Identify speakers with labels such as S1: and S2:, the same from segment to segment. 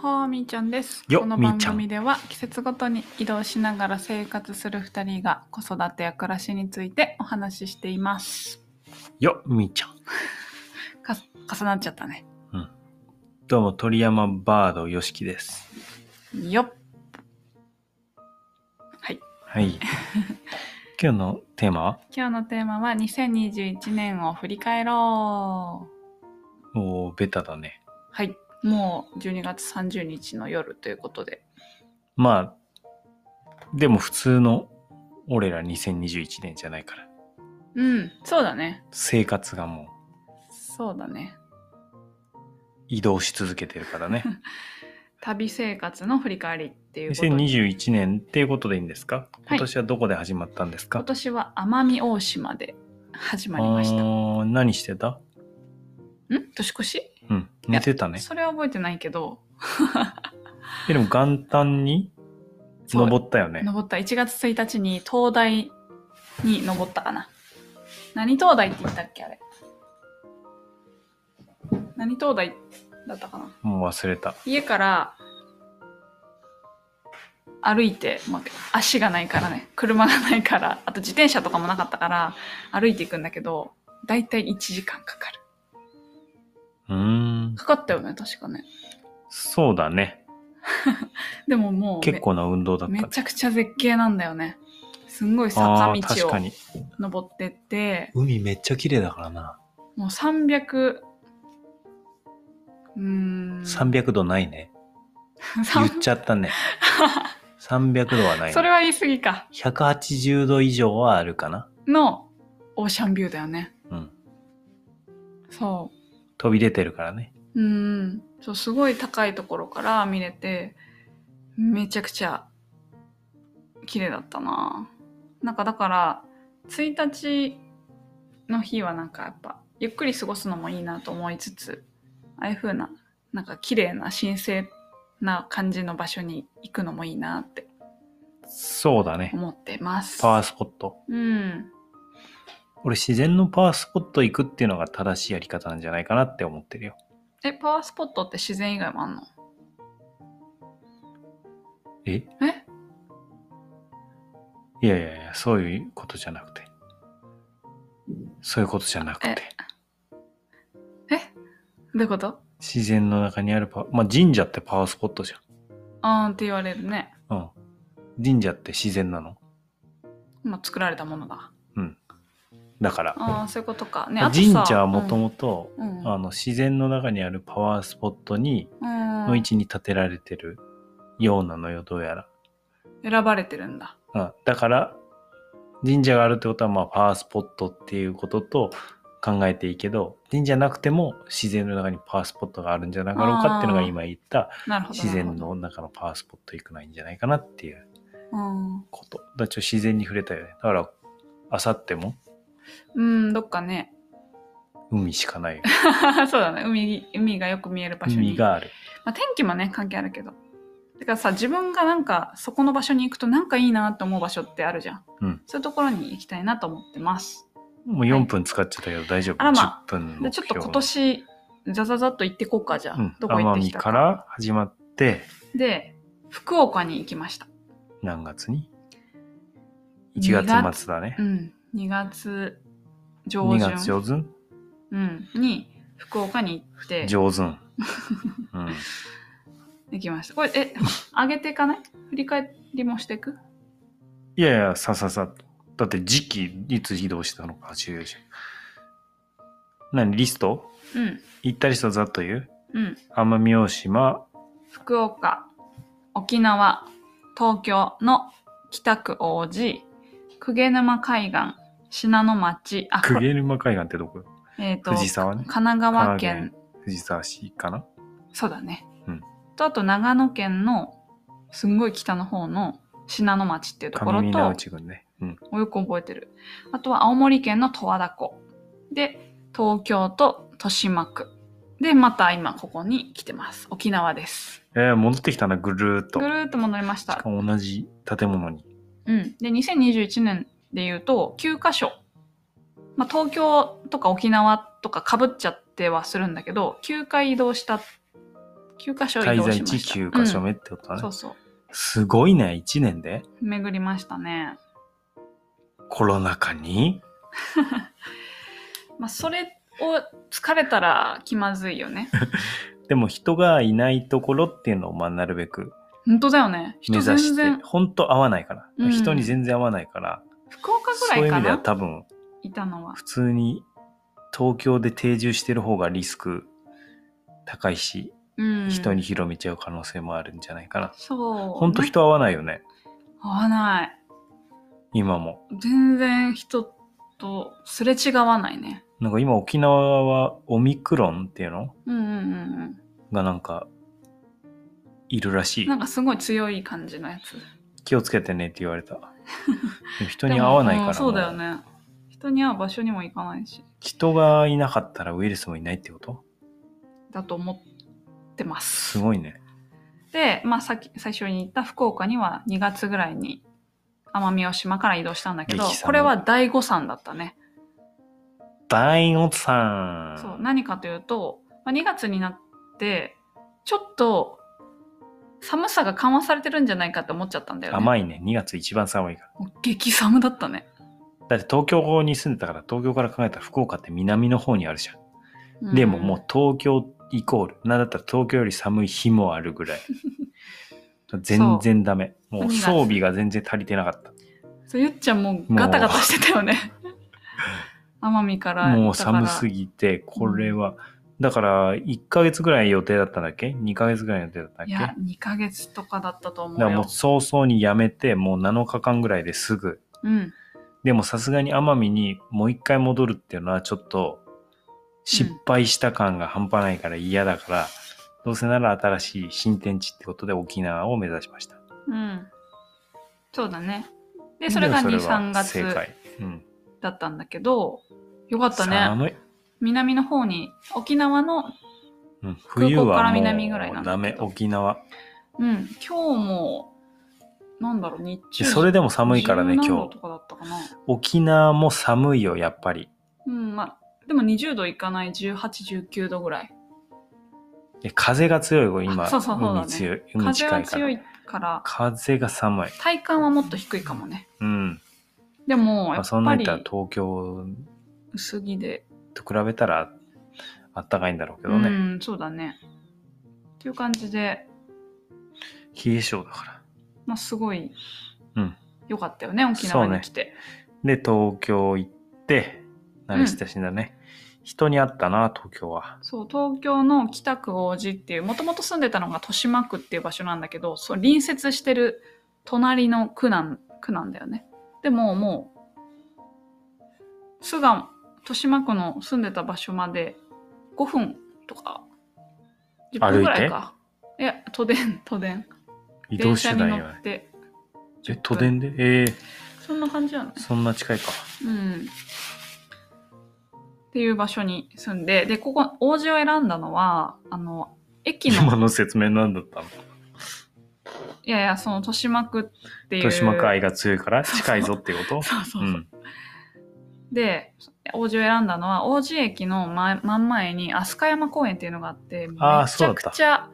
S1: ほーみーちゃんです。
S2: よ
S1: この
S2: み
S1: 番
S2: ーちゃん
S1: 組では季節ごとに移動しながら生活する2人が子育てや暮らしについてお話ししています。
S2: よ、みーちゃん。
S1: か重なっちゃったね。
S2: どうも、鳥山バードよしきです。
S1: よっ。
S2: はい。今日のテーマは
S1: 今日のテーマは2021年を振り返ろう。
S2: おー、ベタだね。
S1: はい。もう12月30日の夜ということで。
S2: まあ、でも普通の俺ら2021年じゃないから。
S1: うん、そうだね。
S2: 生活がも
S1: そうだね。
S2: う移動し続けてる からね。
S1: 旅生活の振り返りっていうことで
S2: 2021年っていうことでいいんですか
S1: い
S2: 今年はどこで始まったんですか、
S1: 今年は奄美大島で始まりました。
S2: あー何してた
S1: ん年越し、
S2: うん。寝てたね。
S1: それは覚えてないけど、
S2: えでも元旦に
S1: そう
S2: 登ったよね。
S1: 登った。1月1日に灯台に登ったかな。何灯台って言ったっけあれ。何灯台だったかな。
S2: もう忘れた。
S1: 家から歩いて、まあ足がないからね、車がないから、あと自転車とかもなかったから、歩いていくんだけど、だいたい1時間かかる。
S2: うーん。
S1: かかったよね、確かね。
S2: そうだね。
S1: でももう、
S2: 結構な運動だった、ね
S1: め。ちゃくちゃ絶景なんだよね。すんごい
S2: あ
S1: 坂
S2: あー
S1: 道
S2: 確
S1: を
S2: かに。
S1: 登ってって、
S2: 海めっちゃ綺麗だからな。
S1: もう300、うーん。
S2: 300度ないね。言
S1: 300
S2: っち ゃったね。300度はない、ね。
S1: それは言い過ぎか。
S2: 180度以上はあるかな。
S1: の、オーシャンビューだよね。
S2: うん。
S1: そ
S2: 飛び出てるからね。
S1: う。うーん。そう、すごい高いところから見れて、めちゃくちゃ、綺麗だったななんかだから、1日の日はなんかやっぱ、ゆっくり過ごすのもいいなと思いつつ、ああいう風な、なんか綺麗な神聖な感じの場所に行くのもいいなって
S2: そうだね。
S1: 思ってます。
S2: パワースポット。
S1: うん。
S2: 俺自然のパワースポット行くっていうのが正しいやり方なんじゃないかなって思ってるよ。
S1: え、パワースポットって自然以外もあんの
S2: え
S1: え
S2: いやいやいや、そういうことじゃなくて。そういうことじゃなくて
S1: え。えどういうこと
S2: 自然の中にあるパワー、まあ、神社ってパワースポットじ
S1: あーんって言われるね。
S2: ゃん。うん。神社って自然なの。
S1: まあ、作られたものだ。
S2: だから。
S1: ああ、そういうことか。ね、あと
S2: 神
S1: さ
S2: 社はもともと、
S1: うん、うん
S2: あの自然の中にあるパワースポットに、
S1: うん
S2: の位置に建てられてるようなのよ、どうやら。
S1: 選ばれてるんだ。
S2: うん、だから、神社があるってことは、まあ、パワースポットっていうことと考えていいけど、神社なくても自然の中にパワースポットがあるんじゃなかろうかっていうのが
S1: あー
S2: 今言った、
S1: なるほど。
S2: 自然
S1: なる
S2: の中のパワースポット行くないんじゃないかなっていう
S1: ほど。
S2: こと。だからちょっと自然に触れたよね。だから、あさっても
S1: うん、うん、どっかね。
S2: 海しかないよ。
S1: そうだね海。海がよく見える場所に。
S2: 海がある。
S1: まあ、天気もね、関係あるけど。だからさ、自分がなんか、そこの場所に行くとなんかいいなと思う場所ってあるじゃん。
S2: うん
S1: そういうところに行きたいなと思ってます。
S2: もう4分使っちゃったけど大丈夫。
S1: あらま
S2: 10分
S1: で
S2: 目
S1: ちょっと
S2: 標
S1: 今年、ざざざっと行ってこうか、じゃあ。
S2: うん
S1: どこ行ってきた
S2: 奄美から始まって
S1: で、福岡に行きました。
S2: 何月に
S1: 二月
S2: ?1 月末だね
S1: う。ん、2月上
S2: 2
S1: 旬
S2: 月上旬
S1: うん、に福岡に行って
S2: 上旬。うん、
S1: できました。これ、え、上げていかない振り返りもしていく
S2: いやいや、さささ。だって時期いつ移動したのか重要じゃん。何リスト
S1: うん、
S2: 行ったリストざっと言う
S1: うん。
S2: 奄美大島、
S1: 福岡、沖縄、東京の北区王子、鵠沼海岸、信濃町、あ、これ
S2: 鵠沼海岸って どこよ
S1: えっ、と、
S2: 藤沢ね
S1: 神。奈川
S2: 神
S1: 県
S2: 奈、藤沢市かな
S1: そうだね。
S2: うん
S1: と、あと長野県の、すんごい北の方の信濃町っていうところ
S2: 上
S1: と、
S2: 皆内郡ね。うん。
S1: およく覚えてる。あとは青森県の十和田湖。で、東京と豊島区。で、また今ここに来てます。沖縄です。
S2: えー、戻ってきたな、ぐるーっと。
S1: ぐ
S2: し
S1: るーっと戻りました
S2: か。も同じ建物に。
S1: うん。で、2021年で言うと、9カ所。まあ、東京とか沖縄とか被っちゃってはするんだけど、9回移動した9カ所移
S2: 滞
S1: 動し
S2: 在
S1: ま
S2: 地
S1: した
S2: 9カ所目
S1: う
S2: っ
S1: ん
S2: てことだね。
S1: そうそう
S2: すごいね、1年で
S1: 巡りましたね
S2: コロナ禍に
S1: まあそれを疲れたら気まずいよ ね
S2: でも人がいないところっていうのをまあなるべく
S1: 本当だよね人
S2: 目指
S1: 全
S2: して
S1: 然、
S2: 本当合わないから、
S1: うん
S2: 人に全然合わないから、
S1: 福岡ぐ
S2: そう
S1: ら
S2: いう
S1: い
S2: 意
S1: か
S2: 味では
S1: な
S2: 多分
S1: いたのは
S2: 普通に東京で定住してる方がリスク高いし、
S1: うん
S2: 人に広めちゃう可能性もあるんじゃないかな。
S1: そう
S2: ほんと人合わないよね、
S1: 合わない
S2: 今も。
S1: 全然人とすれ違わないね
S2: なんか今沖縄はオミクロンっていうの
S1: うんうんうん
S2: がなんかいるらし
S1: う
S2: い
S1: んなんかすごい強い感じのやつ
S2: 気をつけてねって言わ れたでも人に会わない
S1: でもう
S2: から
S1: んそうだよ
S2: もう
S1: ね人に会う場所にも行かないし
S2: 人がいなかったらウイルスもいないってこと
S1: だと思ってます
S2: すごいね
S1: で、まあ、さっき最初に言った福岡には2月ぐらいに奄美大島から移動したんだけど
S2: 激寒
S1: これは第五山だったね、
S2: 大ンさん
S1: そう何かというと、まあ、2月になってちょっと寒さが緩和されてるんじゃないかって思っちゃったんだよね
S2: 甘いね2月一番寒いから
S1: もう激寒だったね、
S2: だって東京に住んでたから東京から考えたら福岡って南の方にあるじゃん、
S1: うん
S2: でももう東京イコールなんだったら東京より寒い日もある ぐらい全然ダメもう装備が全然足りてなかった
S1: そうゆっちゃんもうガタガタしてたよね奄美から
S2: もう寒す
S1: ぎ
S2: ぎて、これは、だから1ヶ月ぐらい予定だったんだっけ ?2 ヶ月ぐらい予定だったっ
S1: い
S2: けだ
S1: や
S2: か
S1: 2ヶ月とかだったと思うよ
S2: らもう早々にやめて、もう7日間ぐらいですぐ。
S1: うん
S2: でもさすがに奄美にもう一回戻るっていうのはちょっと失敗した感が半端ないから嫌だから、どうせなら新しい新天地ってことで沖縄を目指しました。
S1: うん。そうだね。で、それが2、
S2: でもそれは
S1: 3月
S2: 正解。うん。
S1: だったんだけど、よかったね。
S2: 寒い。
S1: 南の方に、沖縄の、
S2: うん、
S1: 空
S2: 冬
S1: 港から
S2: はも
S1: 南ぐらいなんだけ
S2: う
S1: ど
S2: ダメ、沖縄。
S1: うん、今日も、なんだろう、日中。
S2: それでも寒いからね、
S1: 17
S2: 今
S1: 度
S2: 日。
S1: とかだったかな。
S2: 沖縄も寒いよ、やっぱり。
S1: うん、まあ、でも20度いかない18、19度ぐらい。
S2: え風が強いよ、今。
S1: あそうそうそうだね
S2: 海強い。海
S1: 風
S2: 近
S1: はい
S2: か
S1: 強
S2: ら。
S1: いから、
S2: 風が寒い。
S1: 体感はもっと低いかもね。
S2: うん。
S1: でも、
S2: ま
S1: や
S2: あ、
S1: っ
S2: そんな
S1: ぱ
S2: に
S1: り
S2: 言ったら東京
S1: 薄着で。
S2: と比べたらあったかいんだろうけ
S1: う
S2: どね。
S1: ん、そうだね。っていう感じで、
S2: 冷え性だか
S1: まあ、すごい、
S2: うん
S1: よかったよね、沖縄に来て。
S2: ら。で、東京行って、何して死んだね。人に会ったな、東京は。
S1: そう東京の北区王子っていうもともと住んでたのが豊島区っていう場所なんだけどそう隣接してる隣の区なん区なんだよねでももう巣が豊島区の住んでた場所まで5分とか10分ぐらいかいや都電都電
S2: 移動手段
S1: 電車に
S2: よ
S1: 乗っ。て
S2: え、都電でええ
S1: そんな感じなのね
S2: そんな近いか。
S1: うんっていう場所に住んででここ王子を選んだのはあの駅の
S2: 今の説明何だったの
S1: いやいや、その豊島区っていう。
S2: 豊島区愛が強いから近いぞってこ と
S1: そうそうそうう。
S2: ん。
S1: で、王子を選んだのは、王子駅の前真ん前に飛鳥山公園っていうのがあって、め
S2: あー
S1: ちゃくちゃ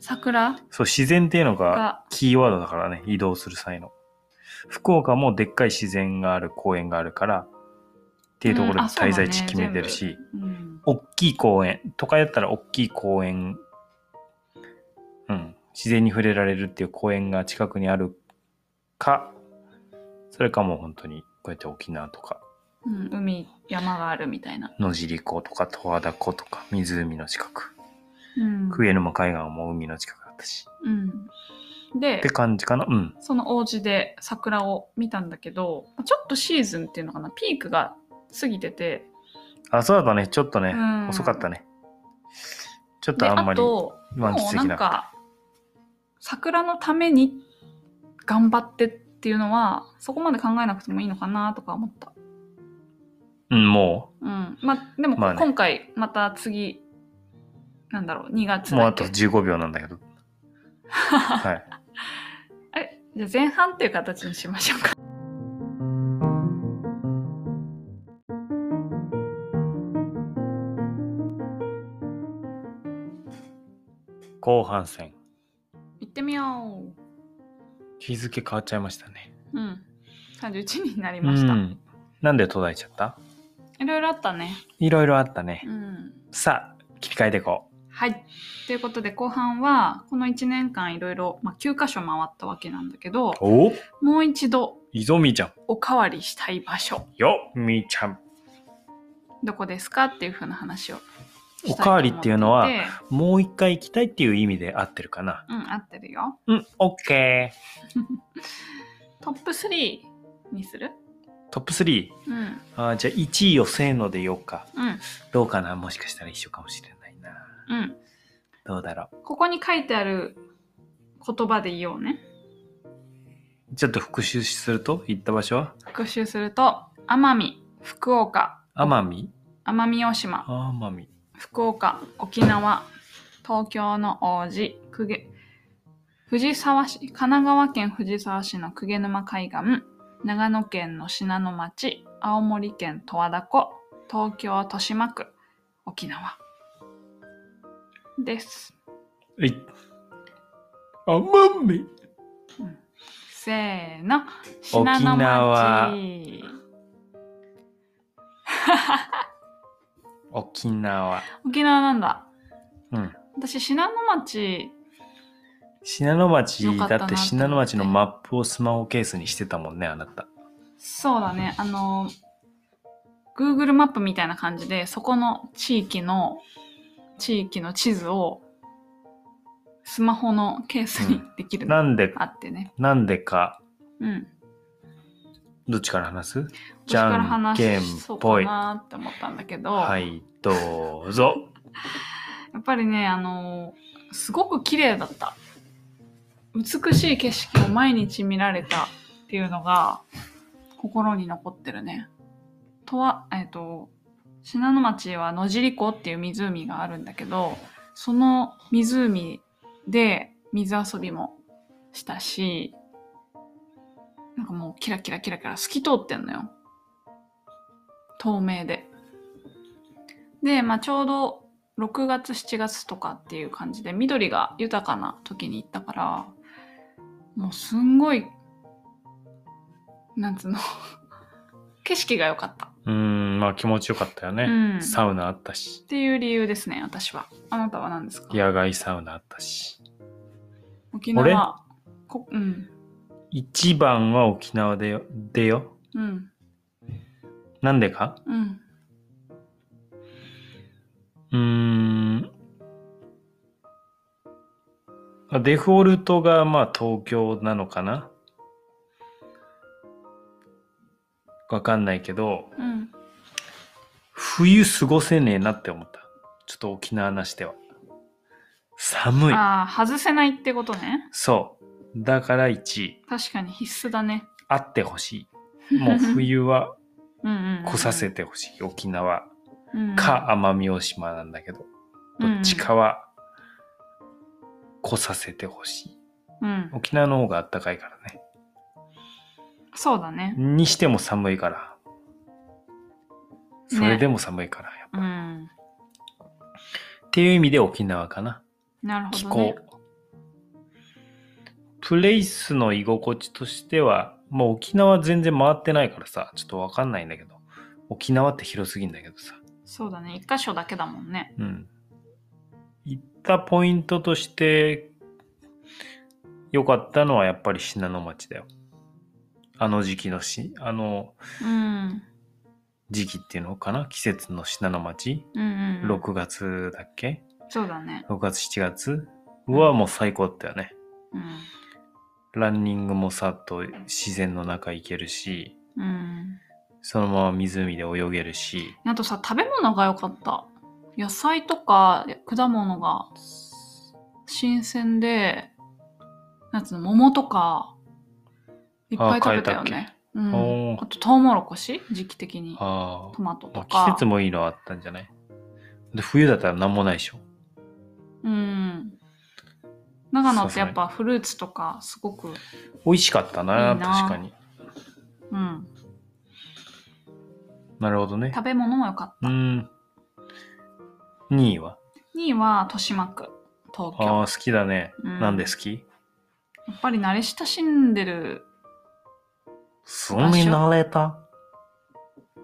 S1: 桜
S2: そう、自然っていうのが
S1: が、
S2: キーワードだからね、移動する際の。福岡もでっかい自然がある公園があるから、っていうところ
S1: うん
S2: で
S1: あそうだね
S2: 滞在地決めてるし、
S1: うん、
S2: 大きい公園、都会だったら大きい公園、うん、自然に触れられるっていう公園が近くにあるか、それかもう本当に、こうやって沖縄とか、
S1: うん海、山があるみたいな。
S2: 野尻湖とか十和田湖とか、湖の近く、
S1: うん。
S2: クエ沼海岸も海の近くだったし、
S1: うん、で
S2: って、感じかなうん。
S1: その王子で桜を見たんだけど、ちょっとシーズンっていうのかな、ピークが過ぎてて、
S2: あ、そうだったね、ちょっとね、
S1: うん
S2: 遅かったね。ちょっ
S1: で、
S2: とあんま
S1: あ
S2: り。
S1: と、
S2: 満喫
S1: もう
S2: で
S1: な
S2: き
S1: ん
S2: なかっ
S1: か桜のために頑張ってっていうのはそこまで考えなくてもいいのかなとか思った、
S2: た。うん、も
S1: うんまあ、でも、
S2: まあね
S1: 今回また次なんだろう2月
S2: う、もう
S1: だ
S2: あ
S1: っけ
S2: と15秒なんだ けど。はい。
S1: えじゃあ前半っていう形にしましょう か
S2: 後半戦。
S1: 行ってみよ
S2: 日付変わっちゃいましたね。
S1: ううん31人になりました、
S2: うん。なんで途絶えちゃった
S1: いろいろあったね
S2: いろいろあったね。
S1: うん
S2: さあ、切り替えていこ
S1: はいということで後半はこの1年間いろいろ、まあ、9箇所回ったわけなんだけど
S2: う。お
S1: もう一度
S2: いぞみーちゃん。
S1: おかわりしたい場所
S2: よみーちゃん。
S1: どこですかっていう風な話をしたいと思
S2: おかわりっていうのは
S1: てて
S2: もう一回行きたいっていう意味で合ってるかな。
S1: うん合ってるよ
S2: うん、オッケー。
S1: トップ3にする
S2: トップ3。
S1: うん
S2: あーじゃあ1位をせーので言おうか。
S1: うん
S2: どうかなもしかしたら一緒かもしれないな。
S1: うん
S2: どうだろう。
S1: ここに書いてある言葉で言おうね
S2: ちょっと復習すると行った場所は
S1: 復習すると奄美福岡
S2: 奄美
S1: 奄美大島
S2: 奄美。
S1: 福岡沖縄東京の王子公家藤沢市神奈川県藤沢市の公家沼海岸長野県の信濃町青森県十和田湖東京豊島区沖縄です、
S2: はい。奄美。
S1: うんせーの信
S2: 沖
S1: 濃町
S2: 縄沖縄。
S1: 沖縄なんだ
S2: うん。
S1: 私信濃町
S2: 信濃町
S1: よかったな
S2: だって信濃町のマップをスマホケースにしてたもんね、あなた。
S1: そうだね。あの、Google マップみたいな感じで、そこの地域の、地域の地図を、スマホのケースに
S2: うん
S1: できるの
S2: なんで、
S1: あってね。
S2: なんでか、
S1: うん。
S2: どっちから話す
S1: 私
S2: じ
S1: から
S2: ゃんけん
S1: 話そう
S2: ぽ
S1: か
S2: い。
S1: なって思ったんだけど、
S2: はい、どうぞ。
S1: やっぱりね、あの、すごく綺麗だった。美しい景色を毎日見られたっていうのが、心に残ってるね。とは、えっ、と、信濃町は野尻湖っていう湖があるんだけど、その湖で水遊びもしたし、なんかもうキラキラキラキラ透き通ってんのよ。透明で。で、まあちょうど6月7月とかっていう感じで緑が豊かな時に行ったからもうすんごいなんつうの 景色が良かった、
S2: うーん、まあ気持ちよかったよね。
S1: うん、っ
S2: サウナあったし、
S1: ていう理由ですね私はあなたは何ですか
S2: 野外サウナあったし。
S1: 沖縄こうん
S2: 一番は沖縄でよ。でよ。
S1: うん
S2: なんでか
S1: うん
S2: うーん。あデフォルトがまあ東京なのかなわかんないけど、
S1: うん
S2: 冬過ごせねえなって思った。ちょっと沖縄なしでは。寒い。
S1: ああ外せないってことね
S2: そう。だから1位。
S1: 確かに必須だね
S2: あってほしい。もう冬は
S1: うんうんうん
S2: 来させてほしい。沖縄
S1: うん
S2: か奄美大島なんだけど、どっちかは来させてほしい。
S1: うんうんうん
S2: 沖縄の方が暖かいからね。
S1: そうだね
S2: にしても寒いから。それでも寒いから。やっぱ
S1: うん
S2: っていう意味で沖縄かな。
S1: なるほど、ね、
S2: 気候。プレイスの居心地としては、もう沖縄全然回ってないからさ、ちょっとわかんないんだけど、沖縄って広すぎんだけどさ。
S1: そうだね一箇所だけだもんね
S2: うん。行ったポイントとして、良かったのはやっぱり信濃町だよ。あの時期のし、あの
S1: うん
S2: 時期っていうのかな季節の信濃町
S1: うんうんうん、
S2: 6月だっけ
S1: そうだね、
S2: 6月7月はもう最高だったよね
S1: うん
S2: ランニングもさっと自然の中行けるし
S1: うん、
S2: そのまま湖で泳げるし
S1: あとさ食べ物が良かった野菜とか果物が新鮮でなんつうの桃とかいっぱい食べたよ
S2: あ買え
S1: ね
S2: た
S1: うん
S2: おー
S1: あとトウモロコシ時期的に
S2: あ
S1: トマト
S2: あ
S1: とか
S2: 季節もいいのあったんじゃないで冬だったら何もないでしょ
S1: うん長野ってやっぱフルーツとかすごく
S2: 美味しかったない
S1: いな
S2: 確かに
S1: うん
S2: なるほどね
S1: 食べ物も良かっ
S2: う
S1: た
S2: ーん2位は
S1: 2位は豊島区東
S2: あ
S1: 京
S2: あ、好きだね。
S1: うん
S2: なんで好き
S1: やっぱり慣れ親しんでる
S2: 住み慣れた。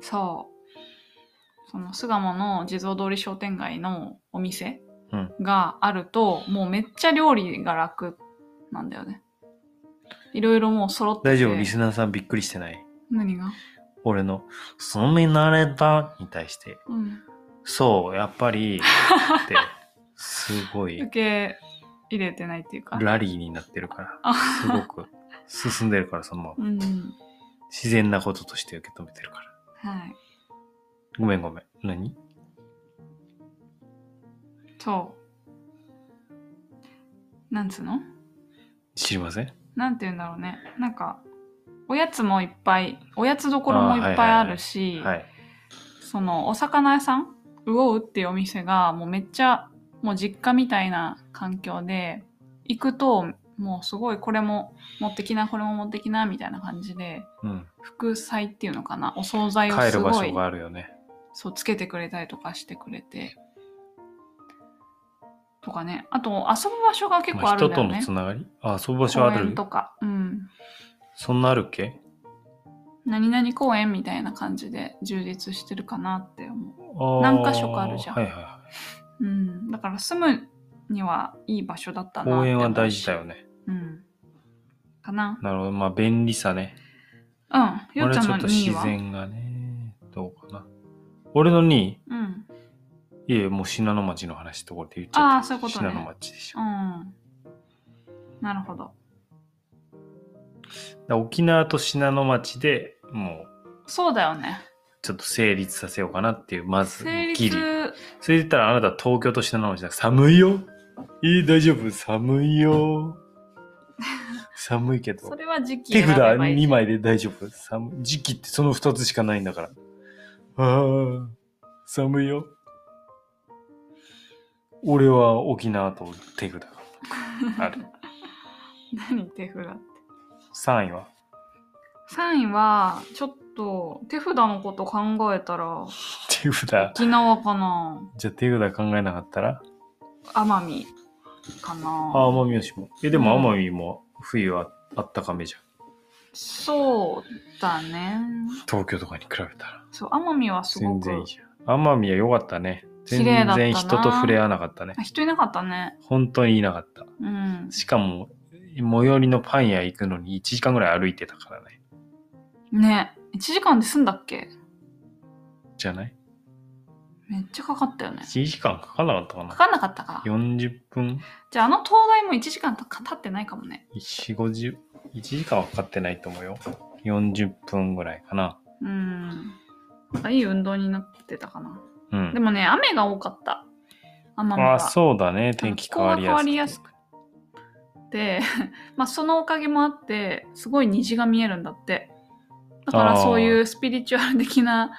S1: そうその巣鴨の地蔵通り商店街のお店
S2: うん
S1: があると、もうめっちゃ料理が楽なんだよねいろいろもう揃ってて
S2: 大丈夫リスナーさんびっくりしてない。
S1: 何が
S2: 俺の、住み慣れたに対して、
S1: うん
S2: そう、やっぱり、って、すご
S1: 受
S2: い、
S1: け入れてないっていうか
S2: ラリーになってるから、
S1: あ
S2: すごく進んでるから、そのまま。
S1: うん
S2: 自然なこととして受け止めてるから。
S1: はい
S2: ごめんごめん。何
S1: そうなんつうの
S2: 知りません
S1: なんて言うんだろうねなんかおやつもいっぱいおやつどころもいっぱいあるし
S2: はい。
S1: そのお魚屋さん魚うっていうお店がもうめっちゃもう実家みたいな環境で行くともうすごいこれも持ってきなこれも持ってきなみたいな感じで
S2: うん。
S1: 副菜っていうのかなお惣菜を
S2: 帰
S1: す
S2: る場
S1: ご
S2: 所
S1: い
S2: があるよね。
S1: そうつけてくれたりとかしてくれてとかねあと遊ぶ場所が結構
S2: まあ
S1: ある
S2: 人
S1: んだよ
S2: と
S1: ね
S2: のつながりあ、遊ぶ場所
S1: 公
S2: ある
S1: 園とかうん
S2: そんなあるっけ
S1: 何々公園みたいな感じで充実してるかなって思
S2: あー
S1: 何か所かあるじゃん
S2: はいはいは
S1: う、うん、だから住むにはいい場所だった
S2: い。
S1: なって思うし
S2: 公園は大事だよね。
S1: うんかな
S2: なるほど。まあ、便利さね。
S1: うんよっ
S2: 俺
S1: ち
S2: は
S1: ゃんの
S2: ちょっと
S1: 2位
S2: 自
S1: は
S2: 然がね、どうかな。俺の2位
S1: うん
S2: いえ、もう信濃町の話ところで言っちゃった。
S1: ああそういうことね
S2: 信濃町でしょ。
S1: う
S2: だか
S1: んなるほど
S2: ら沖縄と信濃町でもう、
S1: そうだよね
S2: ちょっと成立させようかなっていう、まず、
S1: 成
S2: ギリ。
S1: 立
S2: それで言ったらあなた東京と信濃町だから寒いよ。えー、大丈夫寒 いよ。寒いけど
S1: そ。れは時期
S2: 手
S1: 選
S2: 札
S1: べばいい
S2: 2枚で大丈夫。寒い時期ってその2つしかないんだから。ああ、寒いよ。俺は沖縄と手札が ある。
S1: 何手札って
S2: 3位は
S1: 3位はちょっと手札のこと考えたら
S2: 手札。じゃ
S1: 沖縄かな
S2: あ手札考えなかったら
S1: 奄美かな
S2: あ、奄美大島。え、でも
S1: うん
S2: 奄美も冬はあったかめじゃん。
S1: そうだね。
S2: 東京とかに比べたら。
S1: そう、奄美はすご
S2: 全
S1: く。
S2: 然いいじゃん。奄美は良かったね。
S1: 綺
S2: 全
S1: 麗だったな
S2: 然人と触れ合わなかったね
S1: あ。人いなかったね。
S2: 本当にいなかった。
S1: うん。
S2: しかも、最寄りのパン屋行くのに1時間ぐらい歩いてたからね。
S1: ね。1時間で済んだっけ
S2: じゃない
S1: めっちゃかかったよね。
S2: ?1 時間かかんなかったか
S1: か
S2: な
S1: かんなかったか。
S2: ?40 分
S1: じゃあ、あの灯台も1時間た経ってないかもね。
S2: ?4、50? 1時間はかかってないと思うよ。40分ぐらいかな。
S1: うん。なんかいい運動になってたかな。
S2: うん。
S1: でもね、雨が多かった。奄美
S2: あ
S1: は。
S2: あ、そうだね。天気変わりや
S1: 気候
S2: すい。
S1: が変わりやすくて、 まあ、そのおかげもあって、すごい虹が見えるんだって。だから、そういうスピリチュアル的な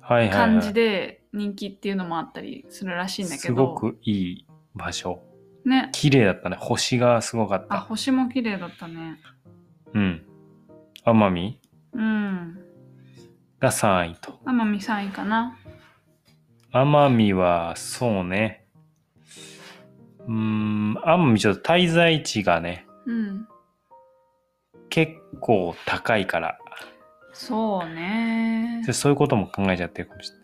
S2: はいはい、は
S1: 感
S2: い。
S1: じで人気っていうのもあったりするらしいんだけど
S2: すごくいい場所。
S1: ね
S2: 綺麗だったね。星がすごかっ
S1: あ
S2: た。
S1: 星も綺麗だったね
S2: うん。奄美
S1: うん
S2: が3位と。
S1: 天海さんいいかな
S2: 奄美は、そうね。うーん、奄美ちょっと滞在地がね、
S1: うん
S2: 結構高いから、
S1: そうね
S2: でそういうことも考えちゃってるかもしれ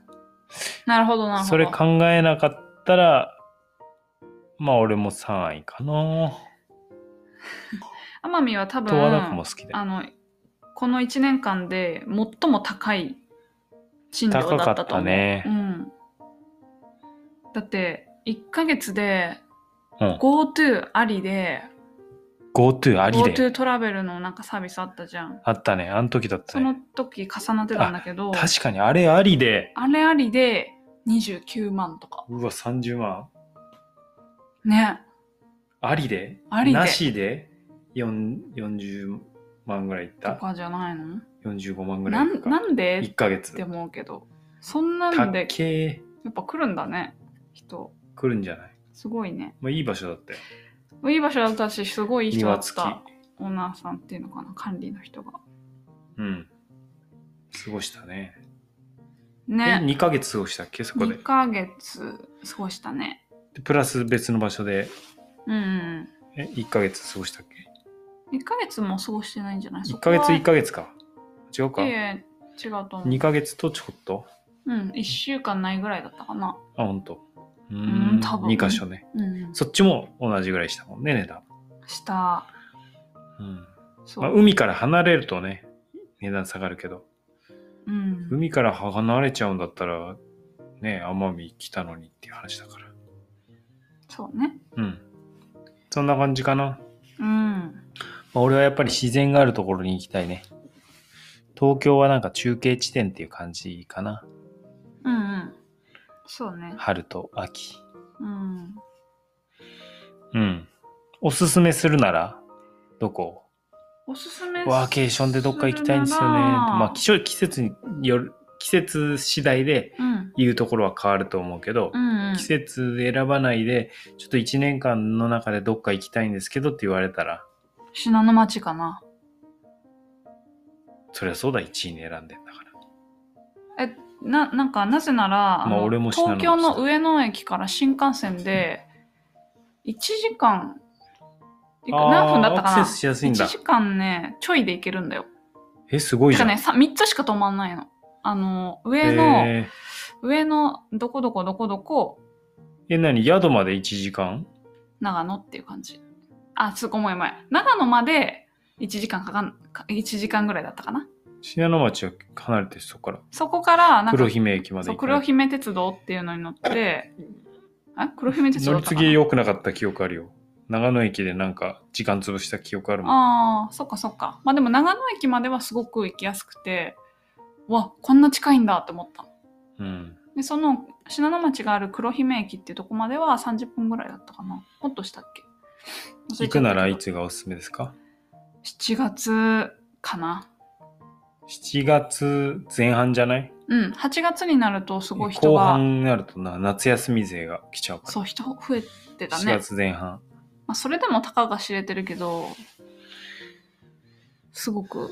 S2: な
S1: なるほどなるほ
S2: い。
S1: ど
S2: それ考えなかったら、まあ俺も3位かな。
S1: 天海は多分
S2: 十和田湖も好きだよ。
S1: あのこの1年間で最も高い賃料だったと
S2: 高か
S1: 思
S2: った
S1: う、
S2: ね
S1: うん、だって1ヶ月で
S2: うん。
S1: GoTo ありで
S2: GoTo ありで。
S1: GoTo トラベルのなんかサービスあったじゃん
S2: あったね。あの時だっ
S1: そ
S2: た
S1: の
S2: ね。
S1: 時重なってたんだけど
S2: 確かにあれありで。
S1: あれありで29万とか。
S2: うわ、30万。
S1: ね。
S2: ありで
S1: ありで
S2: なしで4 40万ぐらいいっ
S1: と
S2: た
S1: かじゃないの
S2: ?45 万ぐら
S1: ない
S2: いっ
S1: ん
S2: た。
S1: なんで
S2: 1
S1: っ
S2: ヶ月。
S1: て思うけど。そんなん
S2: た
S1: で
S2: っけー
S1: やっぱ来るんだね。人。
S2: 来るんじゃない、
S1: すごいね。
S2: まあ、いい場所だったよ。
S1: いい場所だったし、すごいいい人だ
S2: 庭
S1: っ
S2: 付き。
S1: た。オーナーさんっていうのかな。管理の人が。
S2: うん。過ごしたね。え、
S1: ね。
S2: 2ヶ月過ごしたっけそこで
S1: 2。ヶ月過ごしたね。
S2: でプラス別の場所で、
S1: うんうん
S2: え、1ヶ月過ごしたっけ
S1: うん。1ヶ月も過ごしてないんじゃない
S2: ?1 ヶ月1
S1: ヶ
S2: ヶ月か。違うか。
S1: ええ違うと思う
S2: 2。ヶ月とちょこっと
S1: うん、1週間ないぐらいだったかな。
S2: あ、ほんと。うー、
S1: うんん多分
S2: 2箇所ね。
S1: うん。
S2: そっちも同じぐらいしたもんね、値段。
S1: した。
S2: うん。
S1: そう。
S2: まあ、海から離れるとね、値段下がるけど、
S1: うん。
S2: 海から離れちゃうんだったら、ね、奄美来たのにっていう話だから。
S1: そうね。
S2: うん。そんな感じかな。
S1: うん。
S2: まあ、俺はやっぱり自然があるところに行きたいね。東京はなんか中継地点っていう感じかな。
S1: うんうん。そうね。
S2: 春と秋。
S1: うん。
S2: うん。おすすめするなら、どこ
S1: おすすめ
S2: ワーケーションでどっか行きたいんですよね。
S1: するなら
S2: まあ、気象季節による、季節次第で
S1: うん。
S2: 言うところは変わると思うけど、
S1: うんうん。
S2: 季節選ばないで、ちょっと1年間の中でどっか行きたいんですけどって言われたら、
S1: 信濃町かな。
S2: そりゃそうだ、1位に選んでんだから。
S1: え、な、なんか、なぜなら、
S2: まあ
S1: の
S2: 俺も信濃
S1: 東京
S2: 町
S1: の上野駅から新幹線で、1時間、いく
S2: あー
S1: 何分だったかな
S2: アクセスしやすいんだ
S1: ?1 時間ね、ちょいで行けるんだよ。
S2: え、すごい
S1: て
S2: じゃ
S1: か
S2: ん。
S1: ね、さ3つしか止まんないの。あの、上の、
S2: えー、
S1: 上の、どこどこどこどこ、
S2: え、何宿まで1時間
S1: 長野っていう感じ。あ、すごい前前。長野まで1時間かかん、か1時間ぐらいだったかな。
S2: 信濃町は離れてそこか
S1: そこから、な
S2: ら
S1: んか
S2: 黒、姫駅まで
S1: そう
S2: 行く
S1: 黒姫鉄道っていうのに乗って、あ黒姫鉄道だ
S2: 乗
S1: っ
S2: り
S1: た
S2: 継
S1: かな
S2: ぎ良くなかった記憶あるよ長野駅でなんか時間潰した記憶あるもん
S1: ああ、そっかそっか。まあでも長野駅まではすごく行きやすくて、うわ、こんな近いんだって思ったの。
S2: うん
S1: で、その信濃町がある黒姫駅っていうとこまでは30分ぐらいだったかな。もっとしたっけ
S2: 行くならい
S1: つ
S2: つがおすすめですか
S1: ?7 月かな。
S2: 7月前半じゃない
S1: うん、8月になるとすごい人
S2: 後
S1: が、
S2: 半になるとな夏休み勢が来ちゃうから
S1: そう、人増えてた
S2: 7
S1: ね。
S2: 月前半
S1: まあ、それでもたかが知れてるけど、すごく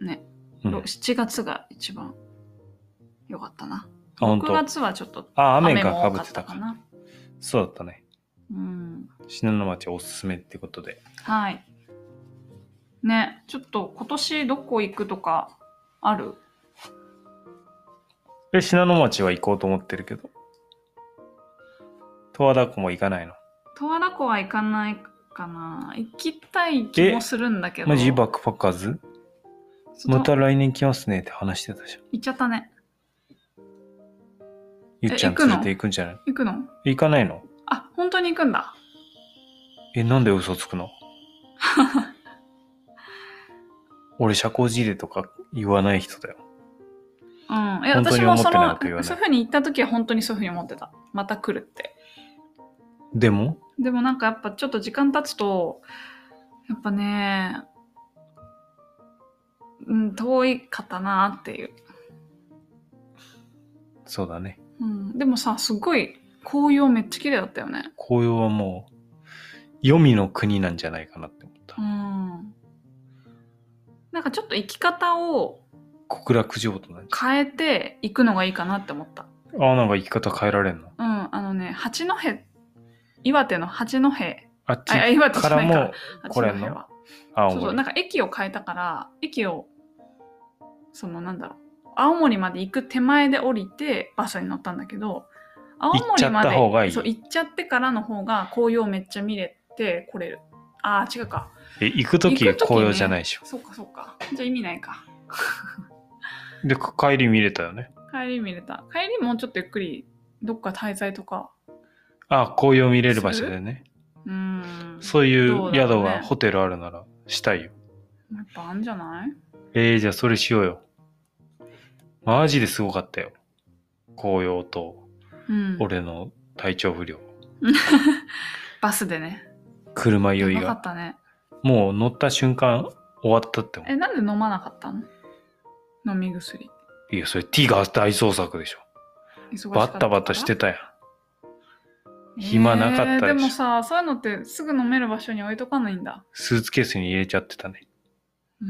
S1: ね、
S2: うん
S1: 7月が一番良かったな。
S2: あ本
S1: 6
S2: 当。
S1: 月はちょっと
S2: あ雨
S1: 雨
S2: が
S1: も
S2: か
S1: 多
S2: ぶ
S1: か
S2: っ
S1: ってた
S2: たか
S1: からな。
S2: そうだったね
S1: うん。
S2: 信濃町おすすめってことで
S1: はい。ね、ちょっと今年どこ行くとかある
S2: え信濃町は行こうと思ってるけど十和田湖も行かないの
S1: 十和田湖は行かないかな。行きたい気もするんだけど。
S2: マジバックパッカーズ
S1: そう
S2: また来年来ますねって話してたじゃん
S1: 行っちゃったね。
S2: ゆっちゃん
S1: え行く
S2: 連
S1: の
S2: れて行くんじゃない
S1: 行くの
S2: 行かないの
S1: あ、本当に行くんだ。
S2: え、なんで嘘つ くの俺、社交辞令とか言わない人だよ。
S1: うん。え、
S2: 本当
S1: 私
S2: に
S1: もそ
S2: 思ってない
S1: の
S2: こと言わな、い
S1: そういうふうに言った時は本当にそういうふうに思ってた。また来るって。
S2: でも
S1: でもなんかやっぱちょっと時間経つと、やっぱね、うん、遠いかったなっていう。
S2: そうだね。
S1: うん。でもさ、すごい紅葉めっちゃ綺麗だったよね。
S2: 紅葉はもう、黄泉の国なんじゃないかなって思った
S1: う。ん。なんかちょっと生き方を
S2: 極楽浄土なんじ
S1: 変えていくのがいいかなって思った。
S2: ゃないああ、なんか生き方変えられんの
S1: うん。あのね、八戸、岩手の八戸、
S2: あっち
S1: あ、あ岩手じ
S2: か
S1: ゃな
S2: ら
S1: いから
S2: も、、
S1: 八
S2: これ
S1: 戸
S2: の
S1: は。
S2: 青
S1: そうそう、
S2: 森
S1: なん。か駅を変えたから、駅を、そのなんだろう、青森まで行く手前で降りてバスに乗ったんだけど、青
S2: っちゃ
S1: 森ま
S2: っ
S1: で
S2: た方がいい
S1: そう行っちゃってからの方が紅葉めっちゃ見れて来れる。ああ、違うか。
S2: え、行くとき
S1: 行く時ね
S2: 紅葉じゃないでしょ。
S1: そうかそうか。じゃあ意味ないか。
S2: で、帰り見れたよね。
S1: 帰り見れた。帰りもうちょっとゆっくり、どっか滞在とか。
S2: ああ、紅葉見れる場所でね。
S1: うーん。
S2: そういう
S1: どうだろ
S2: 宿
S1: うね
S2: が、ホテルあるなら、したいよ。
S1: やっぱあんじゃない
S2: えー、じゃあそれしようよ。マジですごかったよ。紅葉と
S1: うん。
S2: 俺の体調不良。
S1: バスでね。
S2: 車酔い
S1: やばかっ
S2: が。
S1: たね。
S2: もう乗った瞬間終わったって思
S1: え、なんで飲まなかったの飲み薬。
S2: う。いや、それ T が大捜索でしょ。
S1: 忙しかったか
S2: バッ
S1: ら
S2: タバタしてたやん。暇なかったでしょ
S1: えーでもさそういうのってすぐ飲める場所に置いとかないんだ
S2: スーツケースに入れちゃってたね。
S1: うー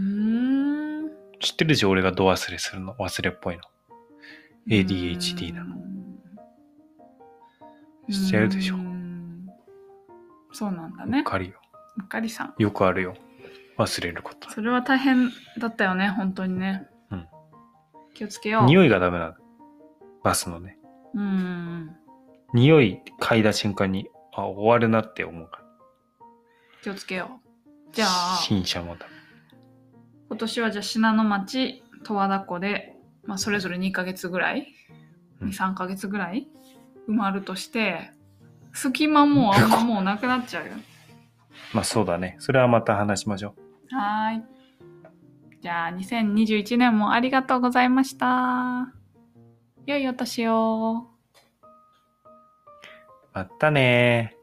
S1: ん
S2: 知ってるでしょ俺がド忘れするの。忘れっぽいの。ADHD なの
S1: うーん
S2: しちゃうでしょ
S1: うーんそうなんだ
S2: うっ
S1: ね。
S2: かりよ。
S1: うっかりさん。
S2: よくあるよ。忘れること。
S1: それは大変だったよね、本当にね。
S2: うん
S1: 気をつけよう。
S2: 匂いがダメなの。バスのね。
S1: うん。
S2: 匂い嗅いだ瞬間に、あ、終わるなって思うから。
S1: 気をつけよう。じゃあ、
S2: 新車もダ
S1: 今年はじゃあ信濃町、十和田湖で、まあ、それぞれ2ヶ月ぐらい、
S2: うん
S1: 2、3ヶ月ぐらい埋まるとして、隙間もあん まもうなくなっちゃうよ。
S2: メ。まあそうだね。それはまた話しましょう。
S1: はーい。じゃあ、2021年もありがとうございました。良いお年を。
S2: またねー。